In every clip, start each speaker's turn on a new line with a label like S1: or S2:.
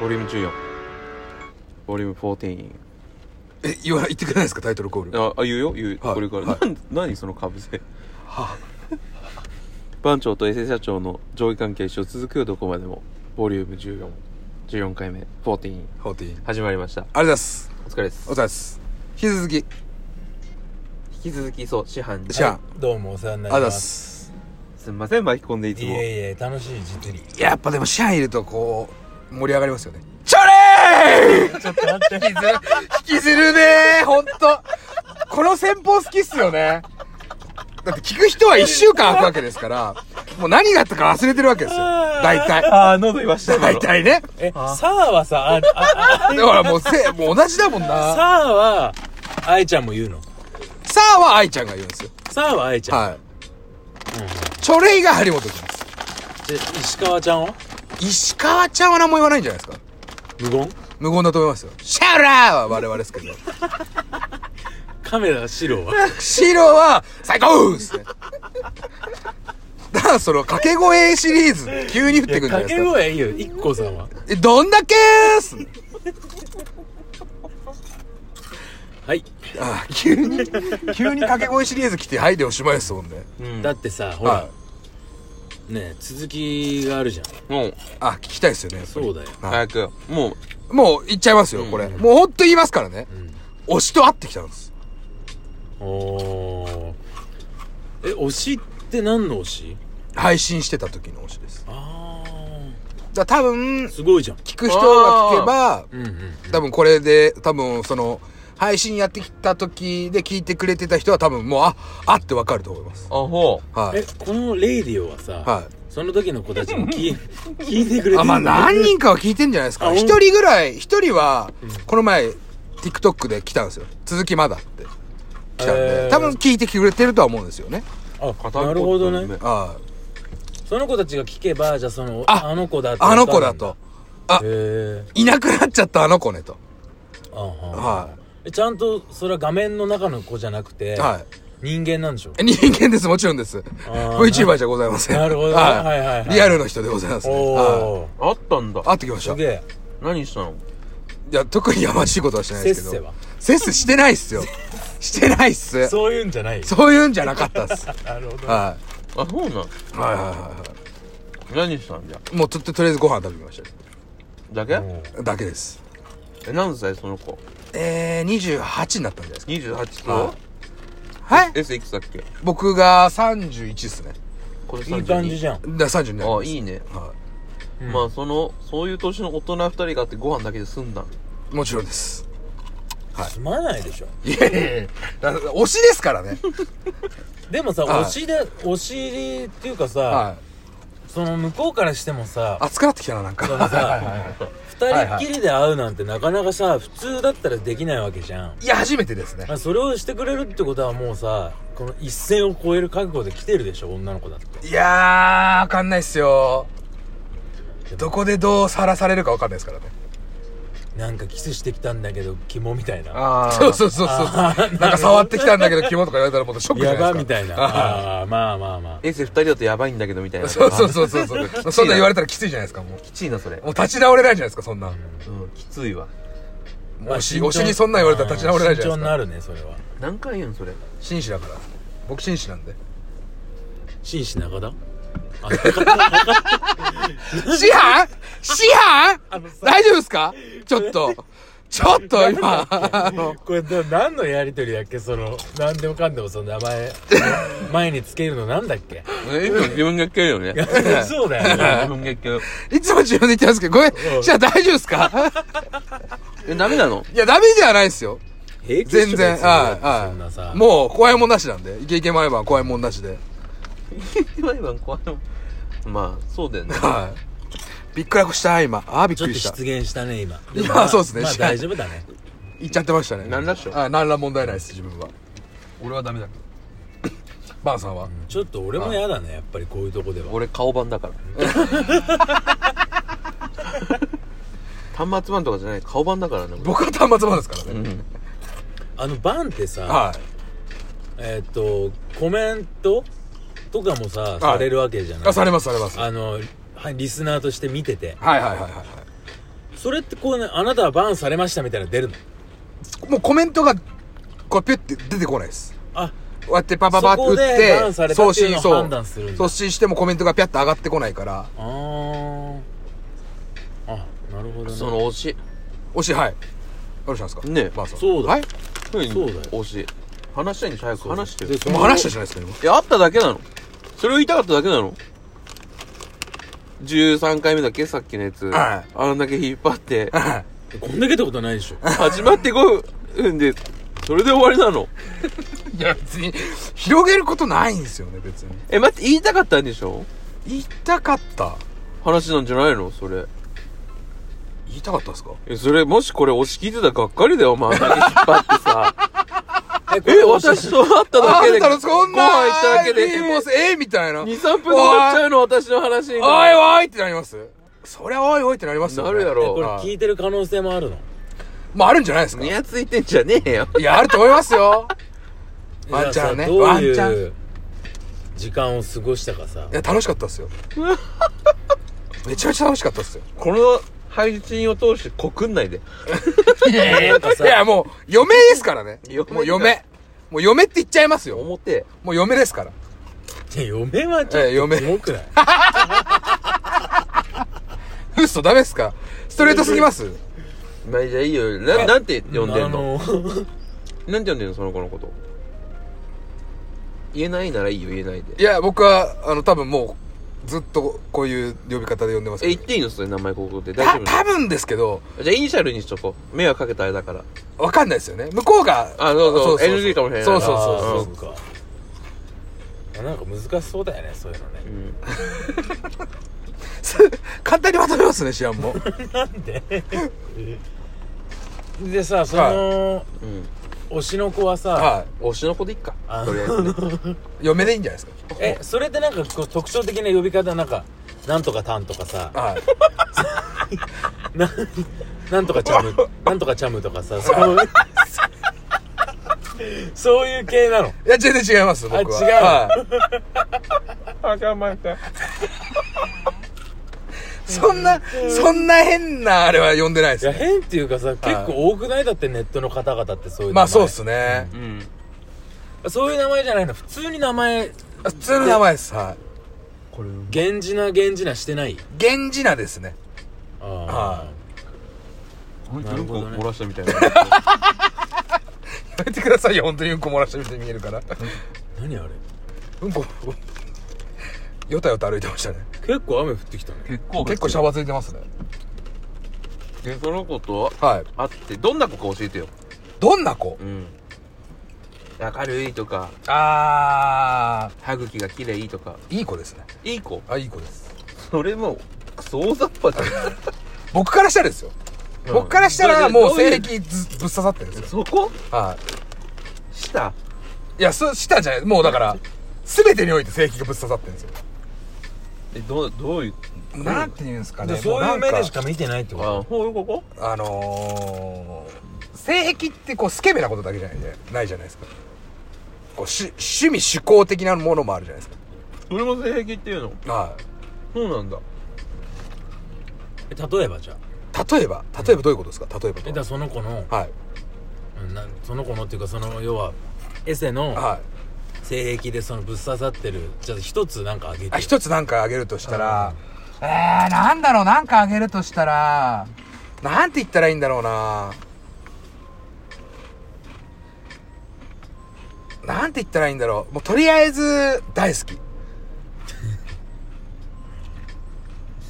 S1: ボリューム14ボリューム14
S2: え言わ言ってくれないですかタイトルコール
S1: ああ言うよ言う、
S2: はい
S1: これから、
S2: はい
S1: なん何そのかぶせ
S2: は
S1: 番長と衛生社長の上位関係一生続くよどこまでもボリューム1414回目14
S2: フォーティーンありがとう
S1: 始まりました
S2: ございます
S1: お疲れです
S2: お疲れです引き続き
S1: 引き続きそう師範に
S2: シャンありがと
S3: どうもお世話にな
S2: うご
S3: り
S2: ざい
S3: ま
S2: ますす
S1: すんません巻き込んでいつ
S3: い
S1: も
S3: えいえ楽しい実利
S2: やっぱでもシャンいるとこう盛り上がりますよね
S1: チャレー
S3: ちょっと待って
S2: 引きずるねーほんとこの戦法好きっすよねだって聞く人は1週間空くわけですからもう何があったか忘れてるわけですよ大体
S1: ああ喉言わした
S2: 大体ね
S3: えサーはさああ
S2: だ か
S3: あ
S2: らもうせもう同じだもんな
S3: サーは愛ちゃんも言うの
S2: さあは愛ちゃんが言うんですよ
S3: サーは愛ちゃん、
S2: はいチョレイが張本君です
S3: で石川ちゃんは
S2: 石川ちゃんは何も言わないんじゃないですか
S3: 無言
S2: 無言だと思いますよシャラーは我々ですけど
S3: カメラ四郎は
S2: シロは最高ですねだからその掛け声シリーズ急に降ってくるんじゃないで
S3: 掛け
S2: すか
S3: 声いいよ一個さんは
S2: えどんだけーっす
S3: はい、
S2: あ急に急に掛け声シリーズ来てはいでおしまいですもんね
S3: だってさほら、
S2: は
S3: ねえ続きがあるじゃん
S1: もう
S2: いあ聞きたいですよね
S3: そうだよ
S2: はい
S1: 早くもう
S2: もう言っちゃいますよこれ、もうほんと言いますからね、推しと会ってきたんです
S3: おーえ推しって何の推し
S2: 配信してた時の推しです
S3: ああ
S2: だから多分
S3: すごいじゃん
S2: 聞く人が聞けば
S3: うんうん
S2: 多分これで多分その配信やってきた時で聞いてくれてた人は多分もうああってわかると思います
S1: あほ
S2: はい
S3: えこのレイディオはさ、
S2: はい
S3: その時の子たちも聞い聞いてくれて
S2: あまあ何人かは聞いてんじゃないですか
S3: あ
S2: 一人ぐらい一人はこの前 TikTok で来たんですよ続きまだって来たんで、
S3: えー
S2: 多分聞いてくれてるとは思うんですよね
S3: あ
S1: う
S3: なるほどね
S2: あ
S3: その子たちが聞けばじゃあその
S2: あ
S3: あの子だと
S2: ああの子だと
S3: へえ
S2: いなくなっちゃったあの子ねと
S3: あは
S2: は
S3: えちゃんとそれは画面の中の子じゃなくて、
S2: い、はい
S3: 人間なんでしょ
S2: え人間ですもちろんです VTuber じゃございません
S3: なるほどねはいはいはい
S2: リアルの人でございますねはい
S3: おお
S1: あったんだ
S2: 会ってきまし
S3: す
S2: た
S3: げえ
S1: 何したの
S2: いや、特にやましいことはしてないですけど。
S3: せっせは
S2: せっせしてないっすよ。してないっす。
S3: そういうんじゃない
S2: そういうんじゃなかったっす。は
S3: なるほど
S2: い。は
S1: あそうなん
S2: いはいはいは
S1: 何したんじゃ
S2: い。もうちょっととりあえずご飯食べまし
S1: だけ
S3: うん
S2: た。だけです。
S1: え何歳その子
S2: えー、28になったんじゃないです
S1: 28
S2: か。
S1: と
S2: はい。
S1: S いくつだっけ
S2: 僕が31っすね。
S1: これ
S3: いい感じじ
S1: ゃ
S3: ゃん
S2: だから30になり
S1: あ
S2: ます。
S1: いいね
S2: は
S3: うん
S1: まあそのそういう年の大人2人があってご飯だけで済んだの
S2: い。もちろんです。
S3: すまないでしょ
S2: いやいやいやだから推しですからね。
S3: でもさ
S2: はい
S3: 推しで推しっていうかさ、
S2: はい。
S3: その向こうからしてもさ
S2: 熱くなってきたな、なんか。
S3: そのさ
S2: はい
S3: 二人っきりで会うなんてなかなかさ普通だったらできないわけじゃん
S2: いや、初めてですね
S3: ま。あそれをしてくれるってことはもうさこの一線を超える覚悟で来てるでしょ女の子だって
S2: いやー、わかんないっすよ。どこでどうさらされるかわかんないですからね。
S3: なんかキスしてきたんだけど肝みたいな
S1: あ
S2: そうそうそうそう。なんか触ってきたんだけど肝とか言われたらもうショックじゃ
S3: や
S2: ない
S3: ば
S2: です
S3: み
S2: か。
S3: たいなああまあまあま
S1: S2 人だとやばいんだけどみたいな
S2: そうそう
S1: う
S2: そうそうそう。そんなん言われたらきついじゃないですか、もう。
S1: きついなそれ
S2: もう立ち直れないじゃないですか、そんな。
S1: うんきついわ
S3: あ
S2: 推し、推しにそんなん言われたら立ち直れないじゃ
S3: 慎
S2: な
S3: 重
S2: い
S3: に
S2: ですか。
S3: なるねそれは
S1: 何回言うんそれ
S2: 紳士だから。僕紳士なんで。
S3: 紳士中田あ
S2: 師範師範大丈夫ですかちょっと。ちょっと今。あの
S3: これな何のやりとりだっけその何でもかんでもその名前 前につけるのなんだっ け
S1: え今自分が言ってるよね
S3: そうだよね
S1: 自分が言ってる
S2: いつも自分で言ってますけど、ごめん
S3: う。ん
S2: 師範大丈夫ですか
S1: えダメな の
S2: いや、ダメじゃないですよ。
S3: 平気っ
S2: 全
S3: しょ別
S2: 然。
S3: に
S2: はい、はい。
S3: そんなさ
S2: もう、怖いもんなしなんで。イケイケ前晩怖いもんなしで。
S1: 毎晩怖いのまあそうだよね
S2: はい。びっくらこした、今。あー、びっ
S3: ちょ
S2: く
S3: っと
S2: りした
S3: 失。言した ね今
S2: いや
S3: でもま
S2: そうっすね
S3: まあ
S2: 知らない
S3: 大丈夫だね
S2: 言っちゃってましたね。
S1: 何らっしょ
S2: あ、何ら問題ないです、自分は。
S1: 俺はダメだ
S2: バンさんは。
S3: ちょっと俺も嫌だねやっぱりこういうとこでは
S1: 俺顔版だから 端末版とかじゃない顔版だからね俺
S2: 僕は端末版ですからね。
S3: あのバンってさ、
S2: はい。
S3: えーっとコメントとかもさ、されるわけじゃない
S2: あ、されます、されます。はい
S3: あのはいリスナーとして見てて
S2: はいはいはいはい。
S3: それってこうねあなたはバーンされましたみたいなの出るの
S2: もうコメントが、こう、ピュって出てこないです。
S3: あ
S2: こうやってパパパって打っ
S3: そこでバーンさ
S2: て、
S3: れたっていうのを
S2: 送
S3: 判断するんだ
S2: 送信してもコメントがピャッと上がってこないから、
S3: あーあなるほどね
S1: その推し
S2: おし、はい。どうしたんですか
S1: ねえ
S2: バーンさん。
S3: そうだ
S2: はい
S1: そう
S3: そうだよ
S1: 推し話したいんです早く話してよ
S3: でそ
S2: も
S3: の
S2: う話したじゃないですか、今。
S1: いやあっただけなのそれを言いたかっただけなの13回目だっけさっきのやつ、
S2: はい
S1: あんだけ引っ張って
S2: はい
S3: こんだけってことないでしょ
S1: 始まって5分でそれで終わりなの
S2: いや、別に、広げることないんですよね、別に。
S1: え待って言いたかったんでしょ
S2: 言いたかった。
S1: 話なんじゃないのそれ
S2: 言いたかったですか
S1: えそれもしこれ押し聞いてたらがっかりだよお前あんだけ引っ張ってさ え私と会っただ
S2: あ
S1: け
S2: ん
S1: で
S2: たのそんな
S1: ご飯行っただけで
S2: リーボスええみたいな。おい
S1: 23分で終わっちゃうの私の話に
S2: おいってなりますそりゃおいおいってなりますよ、ね。
S1: なるや
S3: え
S1: ろ
S3: これ聞いてる可能性もあるの
S2: まああるんじゃないですか。
S1: ニ
S2: い
S1: ヤついてんじゃねえよ
S2: や、あると思いますよ。ワンチャン
S3: いや
S2: ね。
S3: さど
S2: ワン
S3: う
S2: チャン。い
S3: いう時間を過ごしたかさ
S2: や、楽しかったっすよ。めちゃめちゃ楽しかったっすよ。
S1: この配信を通して告んないで
S3: なんか
S2: い
S3: さ
S2: や、もう、嫁ですからね。
S1: 嫁
S2: もう嫁。もう嫁って言っちゃいますよ。
S1: 表
S2: もう嫁ですから。
S3: いや嫁はちょっ
S2: ええ
S3: と
S2: 嫁
S3: キモくない
S2: 嘘ダメですかストレートすぎます
S1: まあじゃあいいよななんて呼んでんの
S3: あの
S1: なんて呼んでんのその子のこと言えないならいいよ言えないで
S2: いや、僕は、あの、多分もう、ずっとこういう呼び方で呼んでます
S1: え
S2: け
S1: 言っ
S2: ど。
S1: ていいのそれ名前ここで大
S2: た、
S1: 丈夫な
S2: 多分ですけど、
S1: のじゃあイニシャルにしとこう迷惑かけたあれだから
S2: わかんないですよね。向こうが、
S1: あそうそう NG かもしれない
S2: そう
S1: あ
S2: そうそうそう。
S3: そうかあなんか難しそうだよねそういうのね
S1: うん
S2: 簡単にまとめますね、シア ンも。
S3: なんで でさその
S1: うん
S3: 推しの子はさ
S2: は
S1: 推しの子でいっか
S3: あ
S1: とりあえずね
S2: い。嫁でいいんじゃないです
S3: えそれってなんかこう特徴的な呼び方なんかなんとかたんとかさ
S2: か。はい。
S3: ななんとかチャムなんとかチャムとかさそういうそういう系なの
S2: いや、全然違います、僕は。
S3: あ違う
S2: はい
S1: あかんまか
S2: そんな、そんな変なあれは呼んでないで
S3: い
S2: す
S3: や
S2: ね。
S3: 変っていうかさ結構多くないだってネットの方々ってそういう名前
S2: まあそうっすね
S1: う。ん
S3: そういう名前じゃないの普通に名前
S2: 普通の名前です。はい。
S1: これ
S3: 源氏な源氏なしてない
S2: 源氏名ですね。
S3: あ
S2: は
S1: な
S3: る
S1: んか
S3: ほどね
S1: 漏らしたみたいな
S2: い。やめてくださいよ、本当にうんこ漏らしたみたいに見えるから。
S3: あ何あれ
S2: うんこ、よたよた歩いてましたね。
S3: 結構雨降ってきたね
S1: 結構
S2: 結構シャバついてますね。
S1: でその子と
S2: はい。
S1: 会ってどんな子か教えてよ
S2: どんな子
S1: うん明るいとか
S2: あ
S1: 歯茎が綺麗とか
S2: ー。いい子ですね。
S1: いい子
S2: あ、いい子です。
S1: それもクソ大雑把じ
S2: 僕からしたらですよ。
S1: ゃん
S2: 僕からしたらもう
S1: それ
S2: 性
S1: でどい
S2: 癖ずぶっ刺さってるんですよ。
S1: そこ
S2: はい。
S1: した
S2: いや、そ、したじゃない。もうだから、すべてにおいて正規がぶっ刺さってるんですよ。
S1: えどうどういう
S2: なんて言うんですか
S3: で
S2: ね。
S3: そういう目でしか
S2: も
S3: 見てないってこ
S1: あほういうここ
S2: うなんか。あのー、性癖ってこう、スケベなことだけじゃないじゃないじゃないですか。こう、し、趣味趣向的なものもあるじゃないです
S1: それも性癖っていうの
S2: か。は
S1: そうなんだ
S3: とえ例えばじゃあ
S2: い。例えば、例えばどういうことですか例えばと
S3: えだからその子の
S2: は。はい。
S3: うんなんその子のっていうかその要はエセの
S2: はい。
S3: 性癖でそのぶっ刺さってるじゃあ一つなんかあげてよ
S2: あ、一つなんかあげるとしたら、えー、なんだろう、なんかあげるとしたら、なんて言ったらいいんだろうななんて言ったらいいんだろう。もうとりあえず、大好き。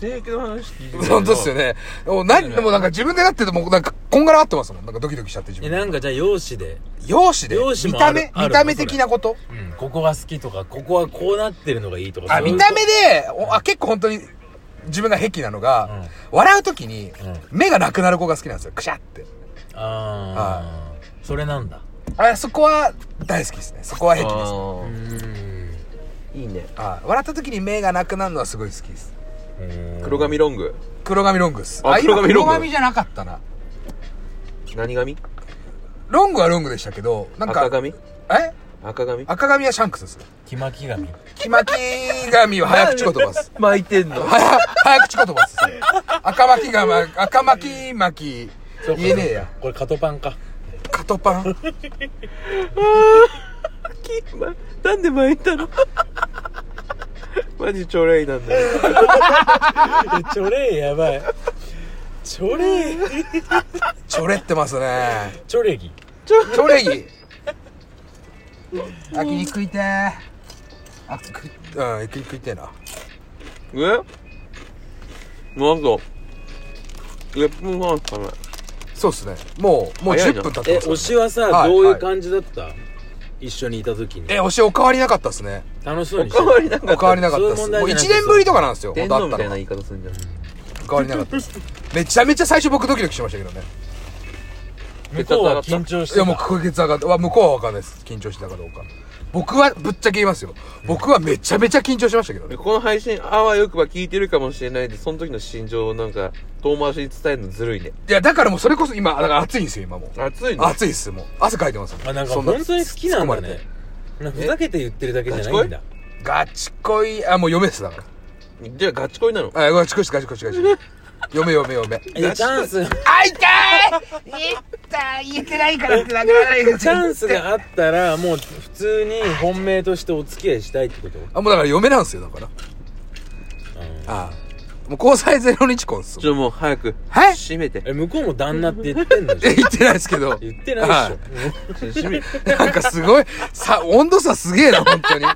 S1: 性癖の話聞いて
S2: 本当ですよ
S1: ね
S2: ね。もう何、でもなんか自分でなってても、なんかこんがらがってますもん。なんかドキドキしちゃって自
S3: え
S2: 分。
S3: なんかじゃあ容姿で、
S2: 容姿で
S3: 容姿
S2: 見
S3: もあ
S2: た
S3: る
S2: 目、
S3: ある
S2: 見た目的なこと
S3: うん、ここが好きとかここはこうなってるのがいいとか
S2: あ、
S3: そういう
S2: 見
S3: こと
S2: た目で、おあ、結構本当に自分が癖なのが、笑うときに、目がなくなる子が好きなんですよ。くしゃって。
S3: ああ、それなんだ
S2: あそこは大好きですねそこは平気です
S1: あ
S2: ね
S3: う
S1: ー
S3: ん
S1: いいね
S2: あ笑った時に目がなくなるのはすごい好きです
S1: 黒髪ロング
S2: 黒髪ロングっす
S1: あ
S2: 今
S1: 黒髪ロング
S2: 黒髪じゃなかったな
S1: 何髪
S2: ロングはロングでしたけどなんか
S1: 赤髪
S2: え
S1: 赤髪
S2: 赤髪はシャンクスです。
S3: 木巻紙
S2: 木巻髪は早口言葉 です。
S1: 巻いてんの
S2: はや早口言葉です。それ赤巻が、赤巻巻、言えねえや。
S3: これカトパンか
S2: カトパン。
S1: なんで巻いたのマジちょれいなんだよ
S3: えチョレイやばいチョレイ
S2: ちょれってますね。
S3: チョレギ
S2: ちょれぎ。焼肉食いてー。あ、食い、うん、焼肉食いてーな。
S1: えなんか1分半しかない
S2: そうですね。もう、もう
S1: 早い
S2: 10
S1: な
S2: 分経って
S3: え
S2: ます、
S3: 推しはさ、
S2: はい
S3: どういう感じだった、一緒にいた時に
S2: え、おしお変わりなかったですね。
S3: 楽しそうにして
S1: 変わりなか
S2: お
S1: った
S2: 変わりなかったで
S3: そ
S2: す。
S3: ういう問
S2: もう
S3: 題じゃない
S2: 1年ぶりとかなんですよ。
S1: 天
S2: だ
S1: 皇
S2: っ
S1: み
S2: た
S1: たい
S2: ら。
S1: な言い
S2: 変
S1: 方するんじゃない
S2: わりなかったです。めちゃめちゃ最初僕ドキドキしましたけどね。
S3: 向こうは緊張して
S2: い
S3: た
S2: やもうこ月上がった。わ向こうはわかんないです。緊張してたかどうか。僕はぶっちゃけ言いますよ。僕はめちゃめちゃ緊張しましたけどね。
S1: この配信あわよくば聞いてるかもしれないでその時の心情をなんか遠回しに伝えるのずるいね
S2: いや、だからもうそれこそ今、だから暑いんですよ、今もう。
S1: 熱いね
S2: 暑いっす、もう。汗かいてますも
S3: あなんか
S2: そ
S3: 本当に好きなんだ
S2: 突っ込まれ
S3: ね
S2: て
S3: なんかふざけて言ってるだけじゃないんだ
S2: ガチ恋、あ、もう嫁です、だか
S1: じゃあガチ恋なの
S2: ら。あ、ガチ恋っす、ガチ恋っす、ガチ 恋っす。嫁、嫁、嫁。
S3: いやチャンス
S2: あ、痛い痛い言ってないからって殴らないで
S3: チャンスがあったらもう普通に本命としてお付き合いしたいってこと
S2: あ、もうだから嫁なんですよ、だから。あもう交際ゼロ日婚っす。
S1: ちょもう早く
S2: はい
S1: 閉めて
S3: え向こうも旦那って言ってんのじゃ
S2: え
S3: ん
S2: 言ってないですけど。
S3: 言ってない
S2: は
S3: でしょ
S1: 閉め
S2: なんかすごい、さ、温度差すげえな、本当に。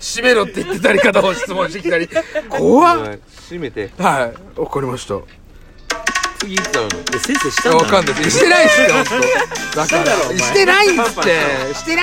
S2: 閉めろって言ってたり、片方質問してきたり。怖っ。
S1: 閉めて
S2: はい。わかりました。
S1: 次いつ会うの
S3: でせいせいし
S2: い
S3: た
S2: や
S3: んだ
S2: わかんない。してないっすよ、ほんと。だから、してないっつって。してない